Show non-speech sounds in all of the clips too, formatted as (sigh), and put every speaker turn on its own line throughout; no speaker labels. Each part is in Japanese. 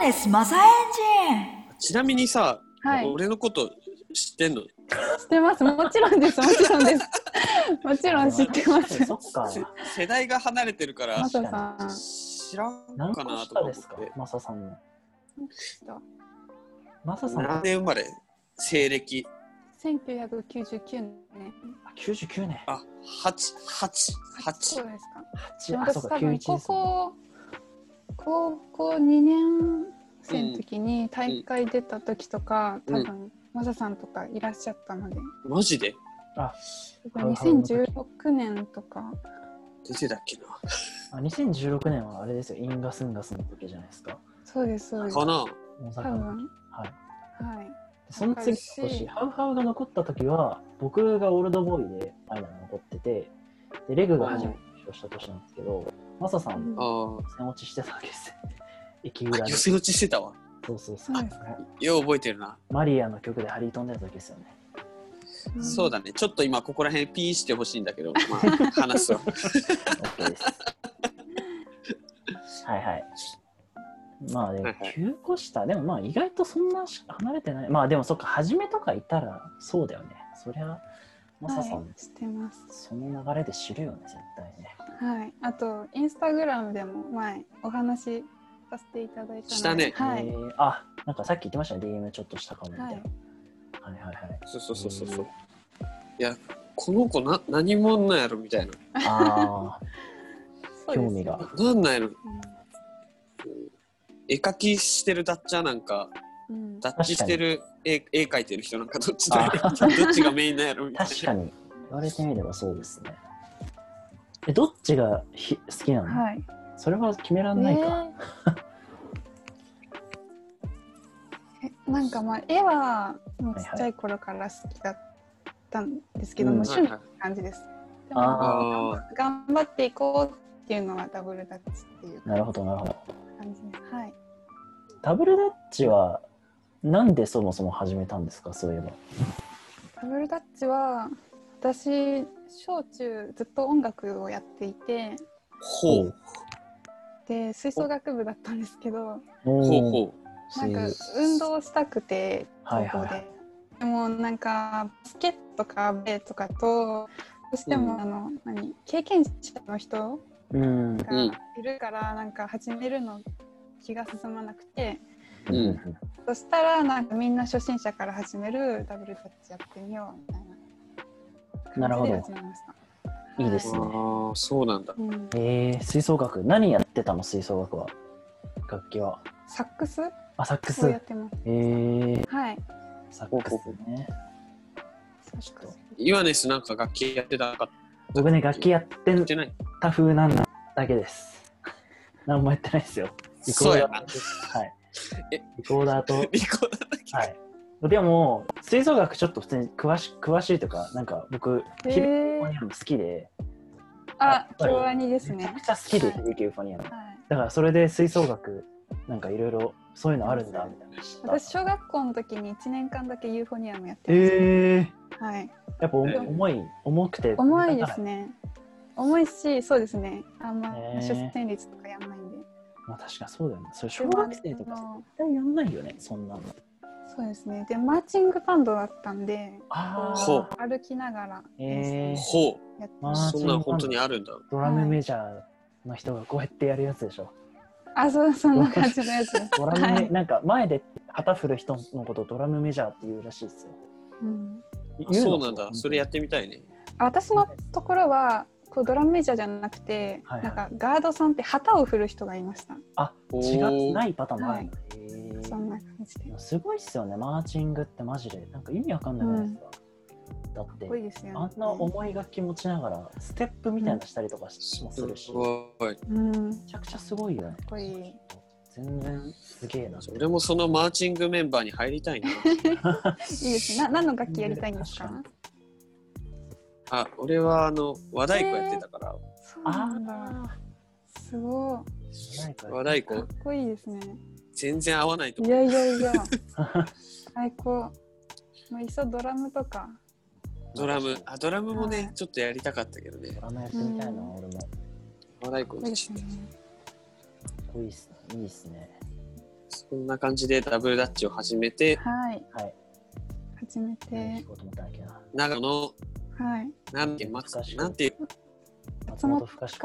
ですマサエンジン
ちなみにさ、
はい、
俺のこと知ってんの
知ってます。もちろんです。もちろんです。もちろん知ってます。
そっか。
せ世代が離れてるから
マサさん。
知らん
何
か
個
なと
下
か
で
思っ
すか
て
マサさんの。マサさん
何
は
年生まれ西暦
1999年。
99年。
あ八八
そ
八
うですか。
8、あ、そ
私
うか、
多
91
分
ですね
高。校高校2年生の時に大会出た時とか、
うん
多分マサさんとかいらっしゃったので、
マジで
あ、
2016年とか
出てたっけな
あ2016年はあれですよ、インガスンガスの時じゃないですか。
そうですそうです
かな
多
大阪の。
分
はい。
はい
その
わか
次の
る
年、
し
ハウハウが残った時は、僕がオールドボーイでアイナが残ってて、で、レグが初めて優勝した年なんですけど、マサさん、
あー
戦落ちしてたわけですよ。駅
あ
裏で
寄。せ落ちしてたわ
そうそうそ
そう
う。
ですか、
よう覚えてるな、
マリアの曲でハリー飛んでた時ですよね。
ん
そうだねちょっと今ここら辺ピーしてほしいんだけど、ま
(laughs)
あ、話すわ
OK です。はいはい。まあでも
はいはい
9個下、でもまあ意外とそんなし離れてない。まあでもそっか、初めとかいたらそうだよね。そりゃ、マサさん、
はい知ってます
その流れで知るよね、絶対ね。
はいあとインスタグラムでも前お話しさせていただいたので
したね
は
え
い、
ーあなんかさっき言ってましたね、DM ちょっとしたかもみたいな。
はい
はいはいはい。
そうそうそうそうそういやこの子な何者なんやろみたいな
あ
(laughs) そうですよね
興味が
なんなんやろ
うん
絵描きしてるダッチャーなんか
うん
ダッチしてる絵絵描いてる人なんかどっちだ
あ
よ (laughs) どっちがメインなんやろみ
ー
たい
確かに。言われてみればそうですね。え、どっちがひ好きなの、
はい
それは決めらんないか。
ねええなんかまあ絵はもうちっちゃい頃から好きだったんですけど、
うん
もう
な。
趣味って感じです。でも
あ
あ
頑張っていこうっていうのはダブルダッチっていう
なるほど、なるほど。
感じです。はい。
ダブルダッチは、なんでそもそも始めたんですか、そういえば。
ダブルダッチは私小中ずっと音楽をやっていて
ほう
で吹奏楽部だったんですけど
ほ
ほうほう
なんか運動したくて高校
は
で、
いはいはい
でもなんかバスケットかバレエとかとどうしても、
うん
あの何経験者の人
うん。
がいるから、なんか始めるの気が進まなくて
うんん。
そしたらなんかみんな初心者から始めるダブルタッチやってみようみたいな
なる
感
ほ
じ
ど
で始めました。
いいですね
ああそうなんだ
うん
えー、吹奏楽、何やってたの、吹奏楽は。楽器は。
サックス
あ、サックス。
をやっ
え
てます。
ー、
はい。
サックスね。
サックス
イワネスなんか楽器やってたか
僕ね、楽器やってん
ってない
タフなんだだけです。 (laughs) 何もやってないですよ。リコ
そう
ー
や
ダ
な
ーと。はい
え。
リコーダーと。
リコーダーだけ
はい。でも、吹奏楽ちょっと普通に詳し詳しいというか、なんか僕、
へー
響きユーフォニアム好きで、
あ、京アニです
めちゃ
ね
く。ちゃ好きで、
はい
響きユーフォニアム。
はい。
だからそれで吹奏楽、なんかいろいろそういうのあるんだ、みたいなの知った。
私小学校の時に1年間だけユーフォニアムやってました。
えー、
はい。
やっぱ重
えー
重い、重くて。
重いですね。重いし、そうですね。あんま
ね
出店率とかやんないんで。
まあ確かそうだよね。それ小学生と
でもあ
か絶
の
対やんないよね、そんなの。
そうですね。で、マーチングバンドだったんで、
ああ、
ほう
歩きながら練習
えー、
ほう
やって
あ
ま
ー
した。
そんなん本当にあるんだ
ドラムメジャーの人がこうやってやるやつでしょ。
あ、そう、そんな感じのやつ
(laughs)
です。
ドラムメ、
はい
なんか前で旗振る人のことをドラムメジャーって言うらしいですよ。
うん
あそうなんだそれやってみたいね
あ私のところは、こうドラムメジャーじゃなくて、
はいはい
なんかガードさんって旗を振る人がいました。
あ
お
違
ー
うないパターンもあるんだ、へ
そ
ー
んな感じで。
で
か
もすごいっすよねマーチングってマジでなんか意味わかんないじゃないですか、だっ
っこいい
て
ですよね。
あんな重い楽器持ちながらステップみたいなのしたりとかし
す
もするし、め
ごい
うん。か
ちゃくちゃすごいよね
っこいい。
全然すげえな
俺もそのマーチングメンバーに入りたいな
いいですね。な何の楽器やりたいんですか
確。
あ俺はあの和太鼓やってたから
そう
あ
なんだ。すご
ーなんか
和太
い。か
鼓
っこいいですね。
全然合わないと
い
思う
やいやいや。 (laughs) 最高。まあ、いっそドラムとか。
ドラムあドラムも
は
ね
い
ちょっとやりたかったけどね
ドラムやってみたいな、俺もか
和太鼓
いい
の
ですね。
っこいいっすねいいっすね
そんな感じでダブルダッチを始めて、
はい。
はい。
初め
何
て
聞。こうと思ったんだっけな。
長野の、
はい。
なんて、松なんていう、
松本深志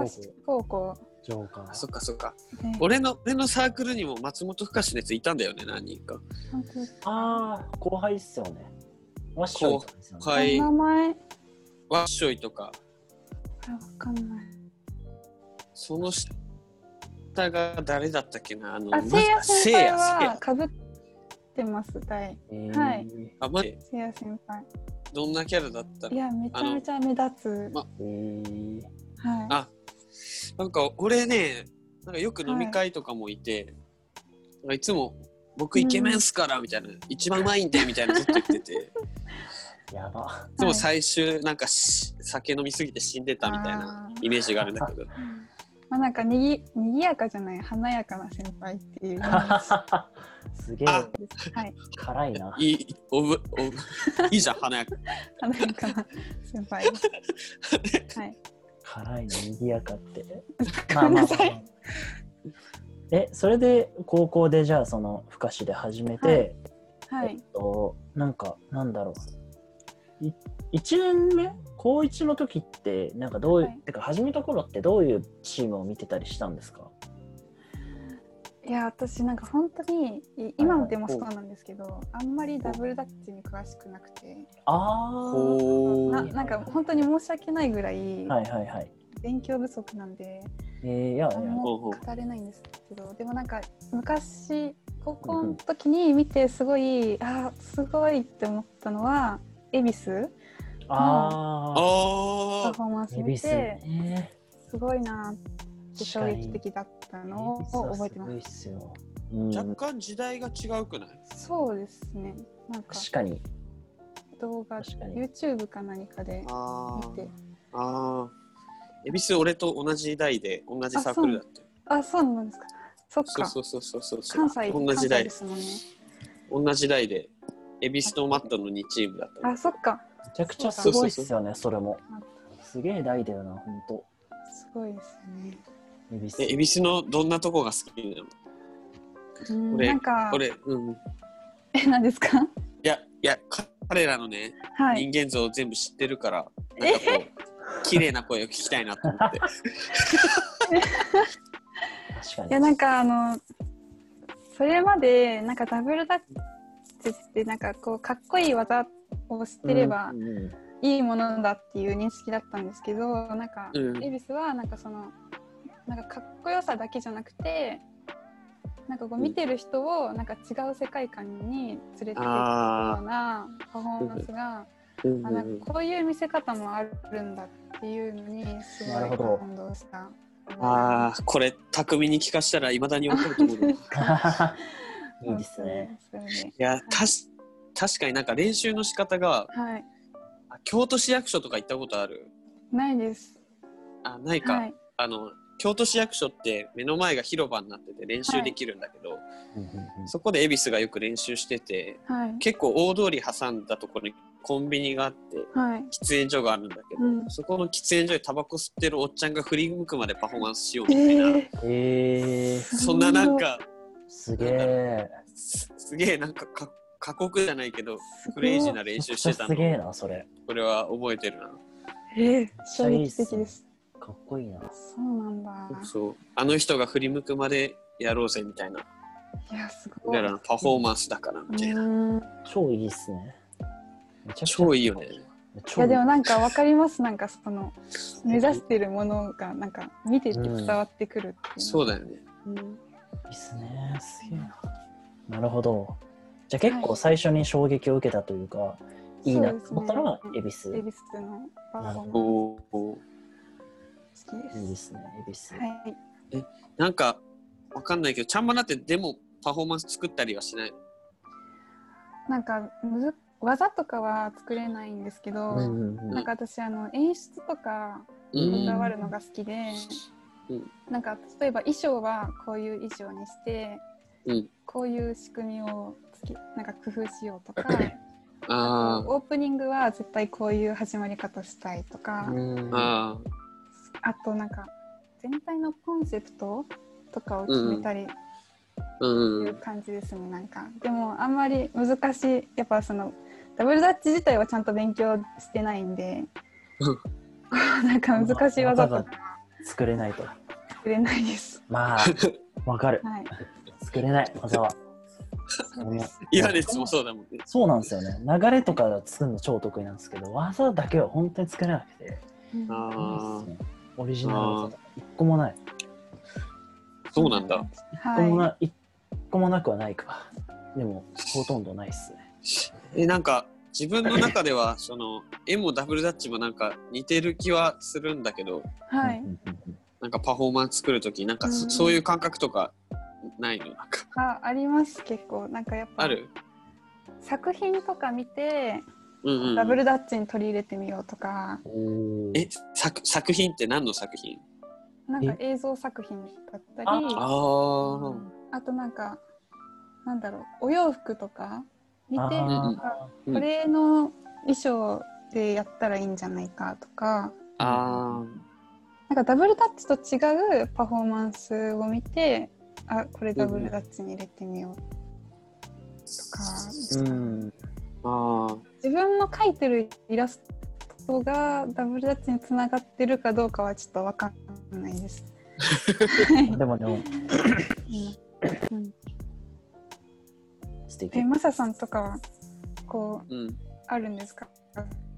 高
高校
校
上官
あ。そっかそっか。
で。
俺の、俺のサークルにも松本深志のやついたんだよね、何人か。
本当です
ああ、後輩っすよね。わっしょいとかですよね。
後はい
お名前あ
わっしょいとか、
わかんない。
その下が誰だったっけな、あの、
あ、せいや先輩
せいや
はかぶってます、大。
えー
はい。
あ、マジ
せいや先輩。
どんなキャラだった
いや、めちゃめちゃ目立つ。
ま
えー
はい。
あなんか俺ねなんかよく飲み会とかもいて、なんかいつも「僕イケメンっすから」みたいな、一番うまいんで」みたいなずっと言って
(laughs)
てい
やば。
つ
は
も
い
最終なんかし酒飲みすぎて死んでたみたいな
あー
イメージがあるんだけど
まあ、なんかにぎ、にぎやかじゃない、華やかな先輩って
(laughs)
いうイメー
すげえ
あ
ジです。はい。
辛いな。
いいおぶ (laughs) おぶいいじゃん華
(laughs)
やか
華やかな先
(laughs)
輩です。はい。
辛いの賑やかって。
(laughs) ごめんなさい。
え、それで高校でじゃあその深志で始めて、
は
え
い
っ。となんかなんだろう。い一年目高一の時ってなんかどういう、
はい
てか始めた頃ってどういうチームを見てたりしたんですか。
いや、私なんか本当に、い今でもそうなんですけど、あんまりダブルダッチに詳しくなくて。
ああ。
ほ
な
う
なんか本当に申し訳ないぐらい
はいはいはい。
勉強不足なんで、
えー、いやいや
何も
ほうほう
語れないんですけどでもなんか昔高校の時に見てすごい、あーすごいって思ったのは恵比寿
ああ。
あ
パ
ー
フォーマンス
恵比
見
寿
て
ね。
すごいなって衝撃的だったのを覚えてます
恵比寿はごいっすよ。うん
若干時代が違うくない
そうですねなんか
確かに
動画
確かに
YouTube か何かで
あ
見て
ーあー恵比寿俺と同じ代で同じサークルだったよ
あそうなんですかそっか
そうそうそうそうそうそう
関西
同じ
関西
代
ですもんね
同じ代で恵比寿とマットの2チームだったの
あそっか
めちゃくちゃすごいっすよねそれもすげえ大だよなほんと
すごいですよね
恵比
え恵
寿
比寿のどんなとこが好きなの
うん
俺
なんか
俺うんい
え何ですか
やいやか彼らのね、
はい
人間像を全部知ってるからなんかこう綺麗な声を聞きたいなと思
(laughs)
って
確かに
いやなんかあのそれまでなんかダブルダッチってなんかこうかっこいい技を知ってれば
うんうん
いいものだっていう認識だったんですけどなんか
うん
恵比寿はなんかそのなんかかっこよさだけじゃなくてなんかこう見てる人をなんか違う世界観に連れていくよう
あ
なパフォーマンスが
ーうんう
あ
んう
なん
ん
かこういう見せ方もあるんだっていうのにす
な
ご
るほ
い
ど
感動した。
あーこれ巧みに聞かしたらいまだに怒ると思うない
いいですね。
それで
やたし確かになんか練習の仕方が
はい、
あ京都市役所とか行ったことある
ないです。
あないか、
はい、
あの京都市役所って目の前が広場になってて練習できるんだけど、
うんうんうん
そこで恵比寿がよく練習してて
はい、
結構大通り挟んだところにコンビニがあって
はい、
喫煙所があるんだけど、
うん
そこの喫煙所でタバコ吸ってるおっちゃんが振り向くまでパフォーマンスしようみたいな、
え
えー、
そんななんか
すげえ
すすげえなんかか過酷じゃないけど
ー、
クレイジー
な。
な練習してた
めちゃくちゃすげえ
の
なそれ
これは覚えてるな
えー、衝撃的です。
かっこいいな
そうなんだ。
そうあの人が振り向くまでやろうぜみたいない
や、すごい。
俺らのパフォーマンスだからみたいな、
うんい
超いいっすねめちゃくちゃ
超いいよね
超
やでもなんかわかりますなんかその目指してるものがなんか見てて伝わってくるっていう、
そう
だ、
だよね
いいっすねすげえななるほどじゃあ結構最初に衝撃を受けたというか、い、いなと思ったのが
そう
恵
で
比寿
エビスのパフォーマンス
おお
好きで
いいですすね、恵比寿。
はい
なんかわかんないけどチャンバラってでもパフォーマンス作ったりはしない
なんかむず技とかは作れないんですけど、
うんうんう
なん
ん
か私あの演出とか
う
こ
ん
だわるのが好きで、
うん
なんか例えば衣装はこういう衣装にして、
うん
こういう仕組みをつきなんか工夫しよ
(laughs)
うとか
あ
オープニングは絶対こういう始まり方したいとか、
ああ
あとなんか全体のコンセプトとかを決めたり
うん
いううん感じですねなんかでもあんまり難しいやっぱそのダブルダッチ自体はちゃんと勉強してないんで (laughs) なんか難しい技と
技
か
が作れないと。
作れないです (laughs)
まあ、わかる。
はい
作れない、技は。
そうです
岩ですもそうだもんね。
そうなんですよね。流れとか作るの超得意なんですけど、技だけは本当に作れなくて。
うん
あ
いいっすねオリジナル技が一個もない。
あ、そうなんだ。
一個も
は
な、一個もなくはないか。でも、ほとんどないっすね。
え、なんか、自分の中で
(laughs)
は、その、絵もダブルダッチもなんか似てる気はするんだけど、
い、は
う
い
ん、うんうんうん
なんかパフォーマンス作るとき、なんかそ,、
うん
そういう感覚とかないのなんか、
ああります結構なんかやっぱ
ある
作品とか見て
うんうん。
ダブルダッチに取り入れてみようとか、
おー
え、作作品って何の作品
なんか映像作品だったり
あ
あ
あ。
となんかなんだろうお洋服とか見て
あー
うんうん
あ
うん
これの衣装でやったらいいんじゃないかとか
あ
なんかダブルダッチと違うパフォーマンスを見てあこれダブルダッチに入れてみようとか、
うん。
あ。ああ。
自分の描いてるイラストがダブルダッチにつながってるかどうかはちょっとわかんないです。はい
でもで
うん
も、
うん
素敵
え。マサさんとかはこう
うん。
あるんですか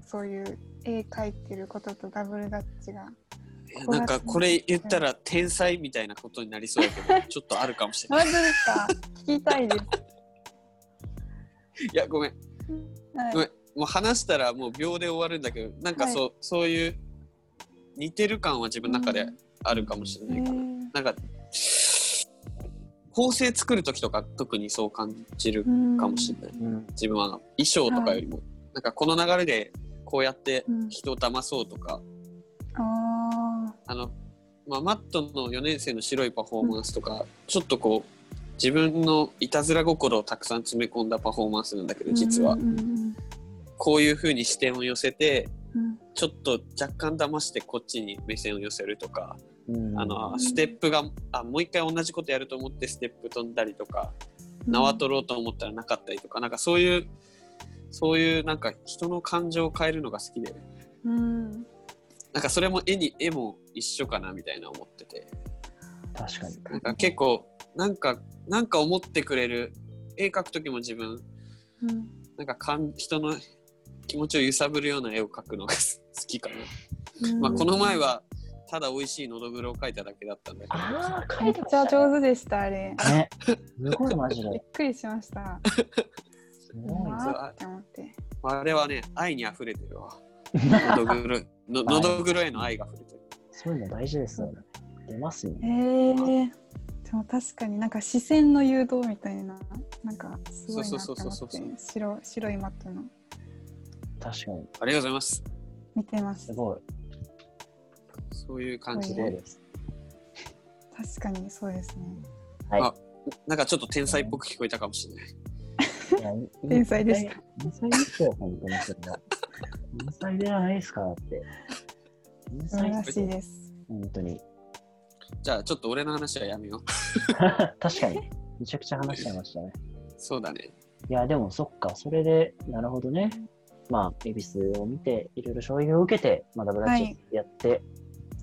そういう絵描いてることとダブルダッチ
(laughs)
が。
いやなんかこれ言ったら天才みたいなことになりそうだけど、ちょっとあるかもしれない。
マジですか聞きたいです。
いや、ごめん。
はい
ごめんもう話したらもう秒で終わるんだけど、なんかそう、そういう似てる感は自分の中であるかもしれないから。
うん
なんか、構成作るときとか特にそう感じるかもしれない。
うん。
自分は衣装とかよりも。なんかこの流れでこうやって人を騙そうとか、
あ
あの、まあ、マットの4年生の白いパフォーマンスとか、ちょっとこう、自分のいたずら心をたくさん詰め込んだパフォーマンスなんだけど、
ー
実は
うん。うん
こういう風に視点を寄せて、
うん
ちょっと若干騙してこっちに目線を寄せるとか、
うん
あの、ステップが、あ、もう一回同じことやると思ってステップ飛んだりとか、
うん
縄取ろうと思ったらなかったりとか、なんかそういう、そういうなんか人の感情を変えるのが好きで、
うん
なんかそれも絵に、絵も一緒かなみたいな思ってて。
確かに。
なんか結構なんかなんか思ってくれる絵描く時も自分
うん
なんかかん人の気持ちを揺さぶるような絵を描くのが好きかな、
うん
まあ、この前はただ美味しいのどぐろを描いただけだったんだけど
ああ、
めっちゃ上手でしたあれ。
手。ね。すごいマジ
(laughs) びっ
で。
くりしました。
す
う
ごいな。
わーって思って。
あれはね愛にあふれてる
(laughs)
わのどぐろののどぐろへの愛が溢れてる
そういうの大事ですよね。出ますよ
え
ね。
ー、でも確かになんか視線の誘導みたいななんかすごいなって
そうそうそう
思
そう
っ
そう
て白白いマットの
確かに。
ありがとうございます
見てます
す。ごい。
そういう感じ
すごい
で
です。
確かにそうですね。
は
なんかちょっと天才っぽく聞こえたかもしれない
いいや。いい
天才ですか。
天才ですよ、本当にそれは。天才ではないですからって。天
素晴
才
らしいです。
本当に。
じゃあちょっと俺の話はやめよう (laughs)
確かに。めちゃくちゃ話しちゃいましたね。
そうだね
いや、でもそっか、それで、なるほどね。まあ、恵比寿を見て、いろいろ衝撃を受けて、まあ、ダブルダッチやって、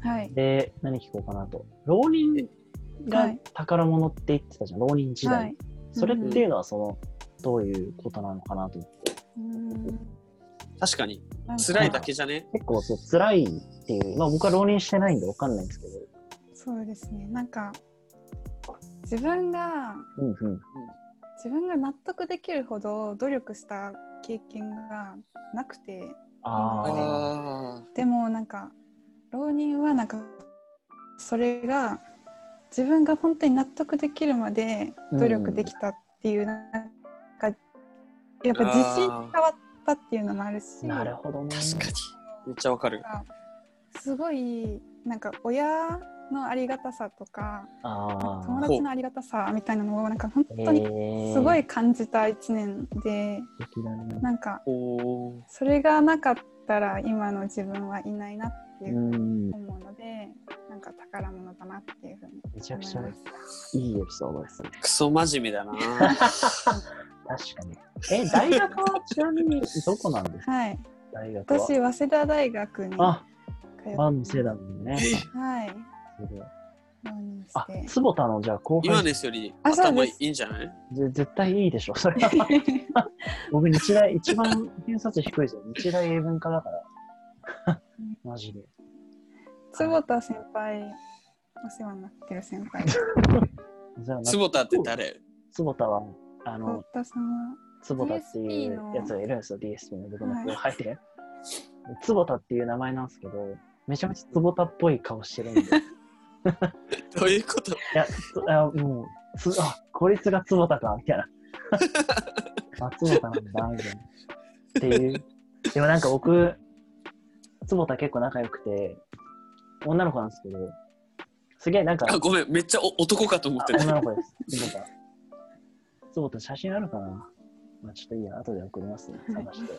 はい。
で、何聞こうかなと。浪人
は
が
い
宝物って言ってたじゃん、浪人時代。
はい。
それっていうのは、その、どういうことなのかなと思って。
うん
確かに
なんか
辛いだけじゃね
結構、そう、辛いっていう、まあ僕は浪人してないんでわかんないんですけど、
そうですね。なんか自分が
うんうん。
自分が納得できるほど努力した経験がなくて、
ああ、
あ
でもなんか浪人はなんかそれが自分が本当に納得できるまで努力できたっていうなんか、やっぱ自信が変わったっていうのもあるし。
なるほどね。
ー確かにめっちゃわかる
なんかすごいなんか親のありがたさとか
あ
友
あ、
達のありがたさみたいなのをなんか本当に
に
すごい感じた1年で
素敵だね。。
なんか
おお
それがなかったら今の自分はいないなっっていううん思うので、なんか宝物だなっていうふうに
めちゃ
思い
く
ま
ちゃ
す。
いいエピソードですね。
クソ真面目だな
確かに。え、大学はちなみにどこなんですか
はい、
大学は。
私早稲田大学に通
あ、
って
ワンセダンね。
はい、
それ
浪人し
あ
て、。
坪田のじゃあ後
今
輩、
ですより
あそう
頭
で
い
す
いんじゃない
ぜ絶対いいでしょ。そ
(laughs)
れは僕、日大、一番偏差値低いですよ。日大英文科だから。マジで。
坪田先輩、お世話になってる先輩。
じゃあな
坪田って誰
坪田は、あの
坪、田さんは、
坪田ってい
DSP
う
の
やつがいるんですよ、DSP の僕の後輩で。坪田っていう名前なんですけど、めちゃめちゃ坪田っぽい顔してるんで。い
どういうこと
や、つあもう、つあ、こいつが坪田か、みたいな。あ、坪田なんだ、みたいな。っていう。でもなんか僕、坪田結構仲良くて、女の子なんですけど、すげえなんか、
あごめんめっちゃお男かと思って
あ
た
女の子です。坪田。坪田写真あるかなまあちょっといいや、後で送りますね。探して。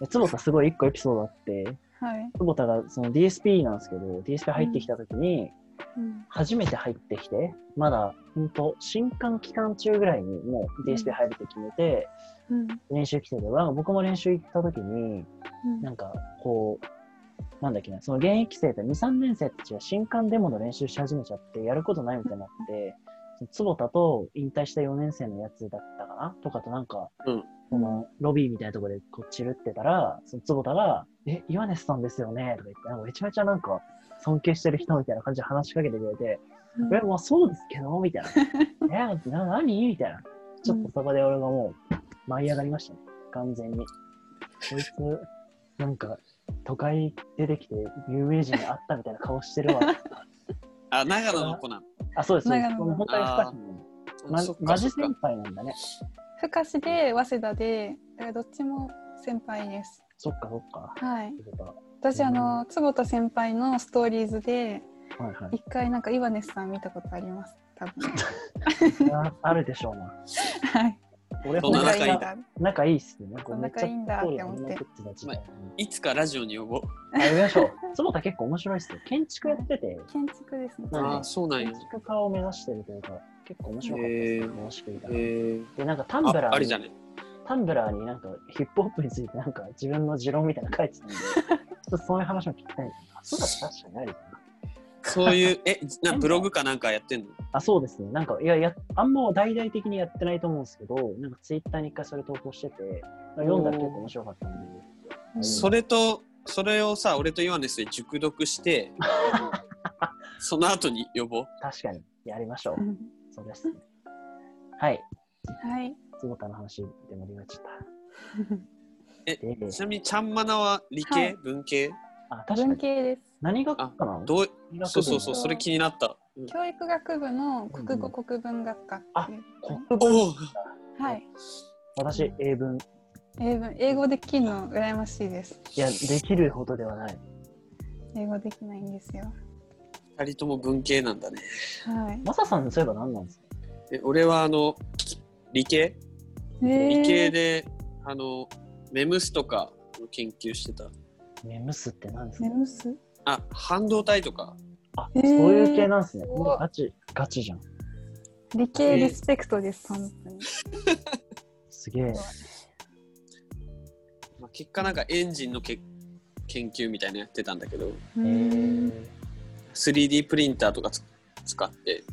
で坪田すごい一個エピソードあって、
はい、
坪田がその DSP なんですけど、DSP 入ってきた時に、
うん
初めて入ってきて、まだ、ほんと、新刊期間中ぐらいにもう DSP 入るって決めて、
うん
練習来てて、なんか僕も練習行った時に、
うん
なんか、こう、なんだっけな、その現役生って2、3年生たちが新刊デモの練習し始めちゃって、やることないみたいになって、その坪田と引退した4年生のやつだったかなとかとなんか、
うん
そのロビーみたいなところでこう散るってたら、その坪田が、え、岩根さんですよねとか言って、なんかめちゃめちゃなんか尊敬してる人みたいな感じで話しかけてくれて、え、まあそうですけど、
(laughs)
みたいな。え、な何みたいな。ちょっとそこで俺がもう舞い上がりましたね。完全に。こいつ、なんか、都会出てきて有名人に会ったみたいな顔して
(laughs)
るわ。
あ長野の子なの
あ、そうです。そうです
長野の
もう本当に深く
あ
ま
そっ、か
マジ
そっか
先輩なんだね。
深志で早稲田で、だからどっちも先輩です。
そっかそっか。
はい。
は
私あの坪田先輩のストーリーズで
いはい。
一回なんかイワネスさん見たことあります。
(laughs)
多分。
それはあるでしょうな。
はい。
俺
そんな
本当
仲い
に
いん
だ。
仲いいっすね。
そんな仲いいんだって思って
めちゃくちゃ通りがみんな食ってた時代
いつかラジオに呼ぼう
あ、やめましょう。坪田結構面白いっすよ。建築やってて。
建築ですね。
うん
あそうなんや
建築家を目指してるというか、結構面白かったで
へ
すね、
ー
楽しくいた
えー、
で、なんかタンブ
あ
ラ
あ
ー
れ
に、
じゃね
タンブラーになんかヒップホップについてなんか自分の持論みたいなの書いてた
(laughs)
んで、ちょっとそういう話も聞きたいな。あそうだ、確かにあるよな。
そういうえなブログかなんかやってんの
あ、そうですね。なんか、いや、やあんま大々的にやってないと思うんですけど、なんかツイッターに一回それ投稿してて、読んだら結構面白かったんで、
うん
それとそれをさ俺とイワネスで熟読してその後に呼ぼう
確かにやりましょ
う
う。
ん
そうですね。はい、
はい。
坪田の話で盛り上がっちゃ
(laughs) え
った。で
ちなみにちゃんまなは理系、
はい
文系
あ、確か
文
に。
系です。
何学科なの
どう
医学部
そうそうそう
文系
それ気になった、うん
教育学部の国語国文学科っていう。
国語
おお
はい。
私、英文。
英文英語できるの羨ましいです。
いや、できるほどではない。
英語できないんですよ。
二人とも文系なんだね
はい。
マサさん、そういえば何なんですか
え俺はあの理系、
え
理系
ー
であのメムスとかの研究してた
メムスって何ですか
ネムス。
あ半導体とか
あ、
えー
そういう系なんですね。
すごい
ガチ、ガチじゃん。
理系リスペクトです本当に。
すげえ。
まあ、結果なんかエンジンのけ研究みたいなのやってたんだけど
う
え
ん
3D プリンターとかつ使って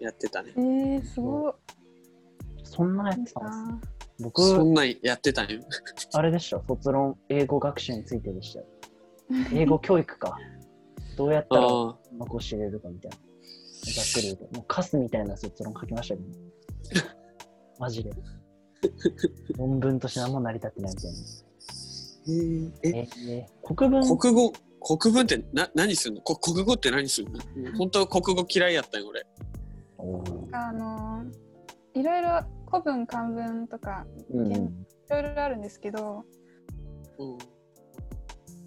やってたね
えー、すごい。
そんなや
いい
つなんですね
な
僕、
そんなんやってたんよ
あれでした卒論、英語学習についてで (laughs) したよ。英語教育か。どうやったらう
(laughs) あ
まく教えれるかみたいな。ざっくり言うと。もうカスみたいな卒論書きましたけど、ね。マジで。論文として何も成り立ってない (laughs) みたいな。
ーえ
えー、国文
国語国文ってな何するのこ国語って何するの本当国語嫌いやったんよ俺
おー
あのいろいろ古文漢文とか
うんうん
いろいろあるんですけど
うん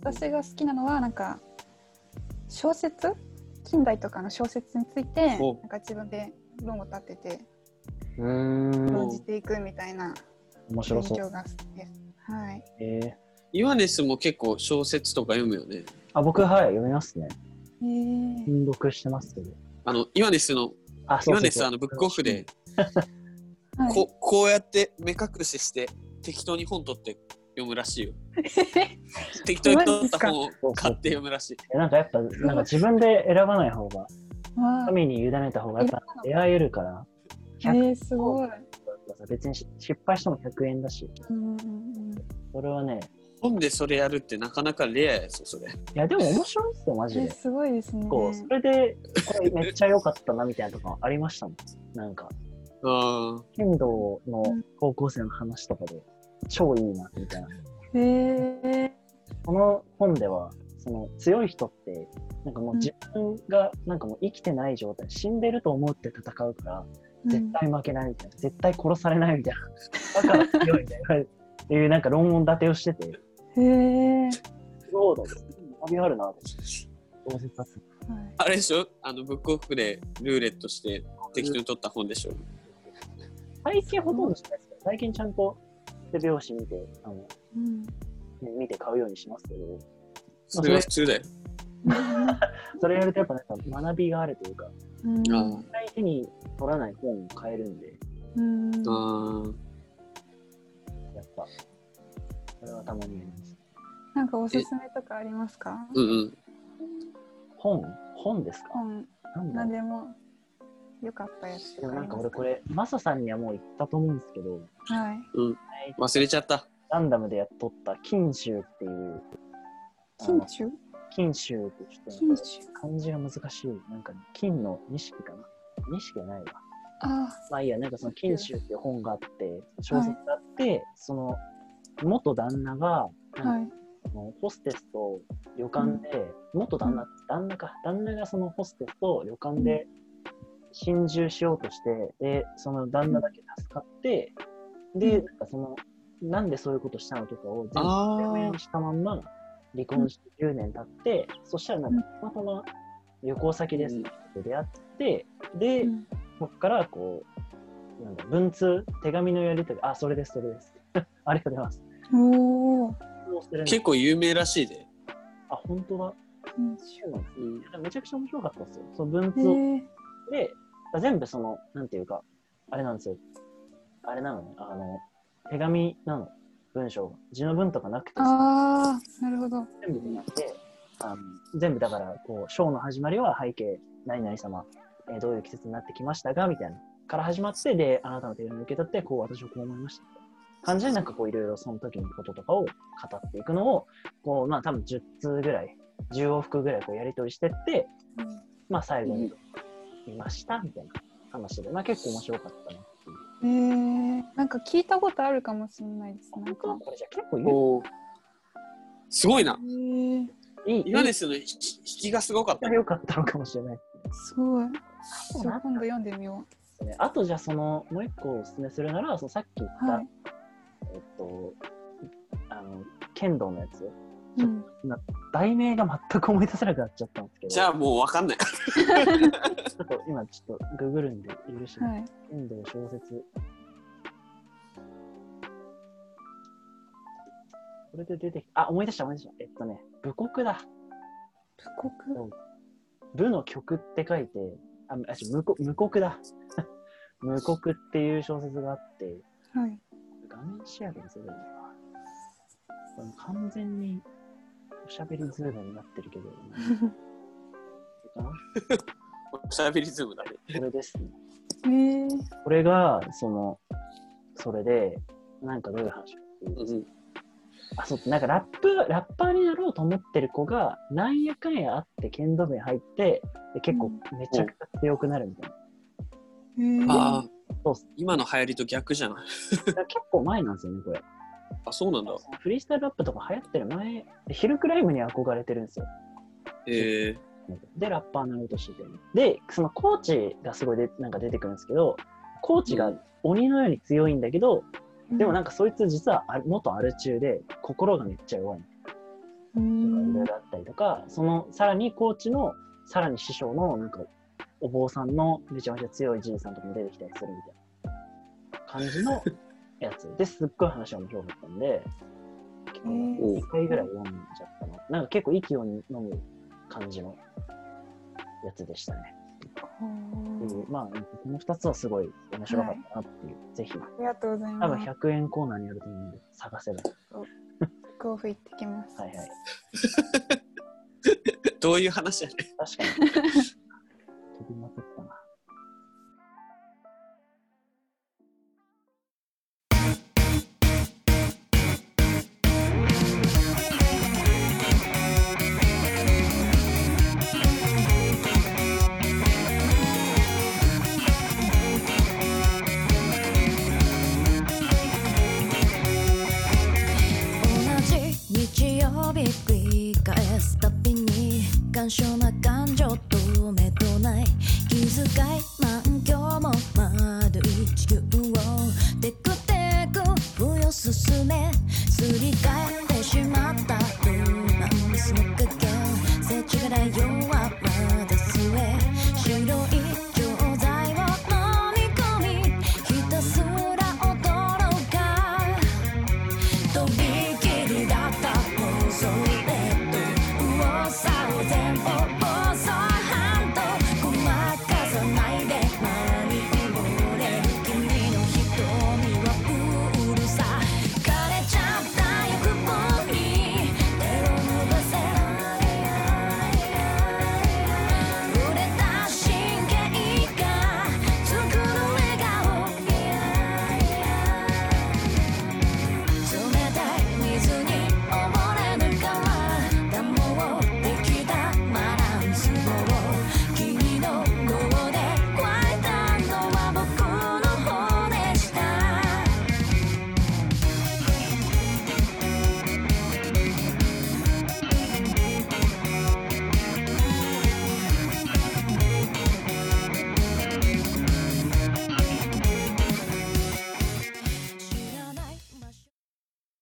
私が好きなのはなんか小説近代とかの小説について
お
なんか自分で論を立てて
うーん
論じていくみたいな
面白
勉
そう。
強が好きです。はい、
えー
イワネスも結構小説とか読むよね
あ、僕、はい、読みますね。
えー、
音読してますけど。
あの、イワネスの、
あ、
イ
そう
ワ
そ
ネ
う
ス
そ
あ
う
の、ブックオフで、
はい
ここうやって目隠しして、適当に本取って読むらしいよ。適当に取った本を買って読むらしい。
えなんかやっぱ、なんか自分で選ばない方が、
(laughs) わあ
神に委ねた方がやっぱ出会えるから、
えー、すごい。
別に失敗しても100円だし、
うんうん
それはね、
本でそれやるってなかなかレアやぞ、それ。
いや、でも面白いっすよ、マ
え
ジで
ー、。すごいですね。
こう、それで、これめっちゃ良かったな、みたいなとかありましたもん。なんか、
うん。
剣道の高校生の話とかで、超いいな、みたいな。
えー、
この本では、その強い人って、なんかもう自分がなんかもう生きてない状態、死んでると思って戦うから、絶対負けないみたいな、絶対殺されないみたいな、だから強いみたいな、っていうなんか論文立てをしてて、
うんえー
そうだ、学びあるな、って。小説だっ
はい
あれでしょあの、ブックオフでルーレットして適当に取った本でしょ。
た最近ほとんどしないですけど、最近ちゃんと手拍子見て、あの、
うん
ね見て買うようにしますけど、
それは普通だよ。
それやるとやっぱなんか学びがあるというか、 (laughs)
うん
うん。
相手に取らない本を買えるんで、
うん
うん。
やっぱ、それはたまにやります。
なんかおすすめとかありますか？
うんうん。
本本ですか
本
なんだ
何
ろ
でも良かったやつと
うでも
かあ
なん
り
か
ま
俺
す
これ、マサさんにはもう言ったと思うんですけど、
か？はい。
忘れちゃった。
ガンダムでやっとった、金州っていう、あ
金
の
中？
金州ってちょっとな
金
んか
中？
漢字が難しい。なんか、金の錦かな錦じゃないわ。
あ
まあいいや、なんかその金州っていう本があって、小説があって、その、元旦那が、
ー、はい。
あのホステスと旅館で、元旦那、旦那か、旦那がそのホステスと旅館で心中しようとして、で、その旦那だけ助かって、で、
う
なんかその、なんでそういうことしたのとかを全
あー
部説明したまんま、離婚して10年経って、そしたらなんか、たまたま旅行先ですって出会って、で、
うん
そこからこう、なんだ、文通、手紙のやり取り、あ、それです、それです。 (laughs) ありがとうございます。
おお。
もうそれ
結構有名らしいで。
あ、本当だ。
金中
そうなんです
うん
ねめちゃくちゃ面白かったですよ。その文
え
通
ー、
で、全部その、なんていうか、あれなんですよ。あれなのね、あの、手紙なの、文章が。字の文とかなくて、
ああ、なるほど。
全部でなくて、あの全部だから、こう、章の始まりは背景、何々様、えーどういう季節になってきましたが、みたいな、から始まって、で、あなたの手紙を受け取って、こう、私はこう思いました。感じで、なんかこう、いろいろその時のこととかを語っていくのを、こう、まあ、多分10通ぐらい、10往復ぐらい、こう、やり取りしてって、まあ最後に見ましたみたいな話で、まあ結構面白かったなっていう。
えー、なんか聞いたことあるかもしれないです。なんか
本。当これじゃ結構有
おお。すごいな
え。ー、
いい、
イワ
いい
ネスの引き引きがすごかった
が。良かったのかもしれない
すごい。ちょ
う
今度読んでみよ
ですね。あとじゃあその、もう一個おすすめするなら、そのさっき言っ
う。
た、
はい。
えっと、あの、剣道のやつ、
うん。
題名が全く思い出せなくなっちゃったんですけど、
じゃあもうわかんない。 (laughs)
ちょっと今ちょっとググるんで許して、
はい。
剣道小説。これで出てきた。あ、思い出した思い出した。えっとね、武国だ。
布告。
部の曲って書いて、あ、あ違う無国無国だ。 (laughs) 無国っていう小説があって、
はい。
画面シェアでもするんだな。これ完全におしゃべりズームになって
(laughs)
るけど、これかな
おしゃべりズームだね。
これですね。
えー、
これが、その、それで、なんかどういう話かっていうと
うん
あ、そう、なんかラップ、ラッパーになろうと思ってる子が、なんやかんやあって剣道部に入って、で結構めちゃくちゃ強くなるみたいな。
えー、
ああ
そうっす、
今の流行りと逆じゃん。
だから結構前なんですよね、これ。
あ、 (laughs) そうなんだ。
フリースタイルラップとか流行ってる前、ヒルクライムに憧れてるんですよ。
ええ
で、ラッパーになろうとしてて。で、そのコーチがすごいでなんか出てくるんですけど、コーチが鬼のように強いんだけど、でもなん
か。
かそいつ実はあ元アル中で心がめっちゃ弱いとか
う
い
ん
ろい。ろあったりとか、そのさらにコーチのさらに師匠のなんかお坊さんのめちゃめちゃ強いじいさんとかも出てきたりするみたいな感じのやつ。ですっごい話が面白かったんで、結
ー
おう
1回ぐらい飲んじゃったの。なんか結構息を飲む感じのやつでしたね。
おー
うんまあ、この2つはすごい面白かったなっていう、ぜひ、
ありがとうござい
多分
ます。
100円コーナーにあると思うんで、探せば。
甲府行ってきます。
はいはい。
どういう話やね
確かに。飛びまくったな。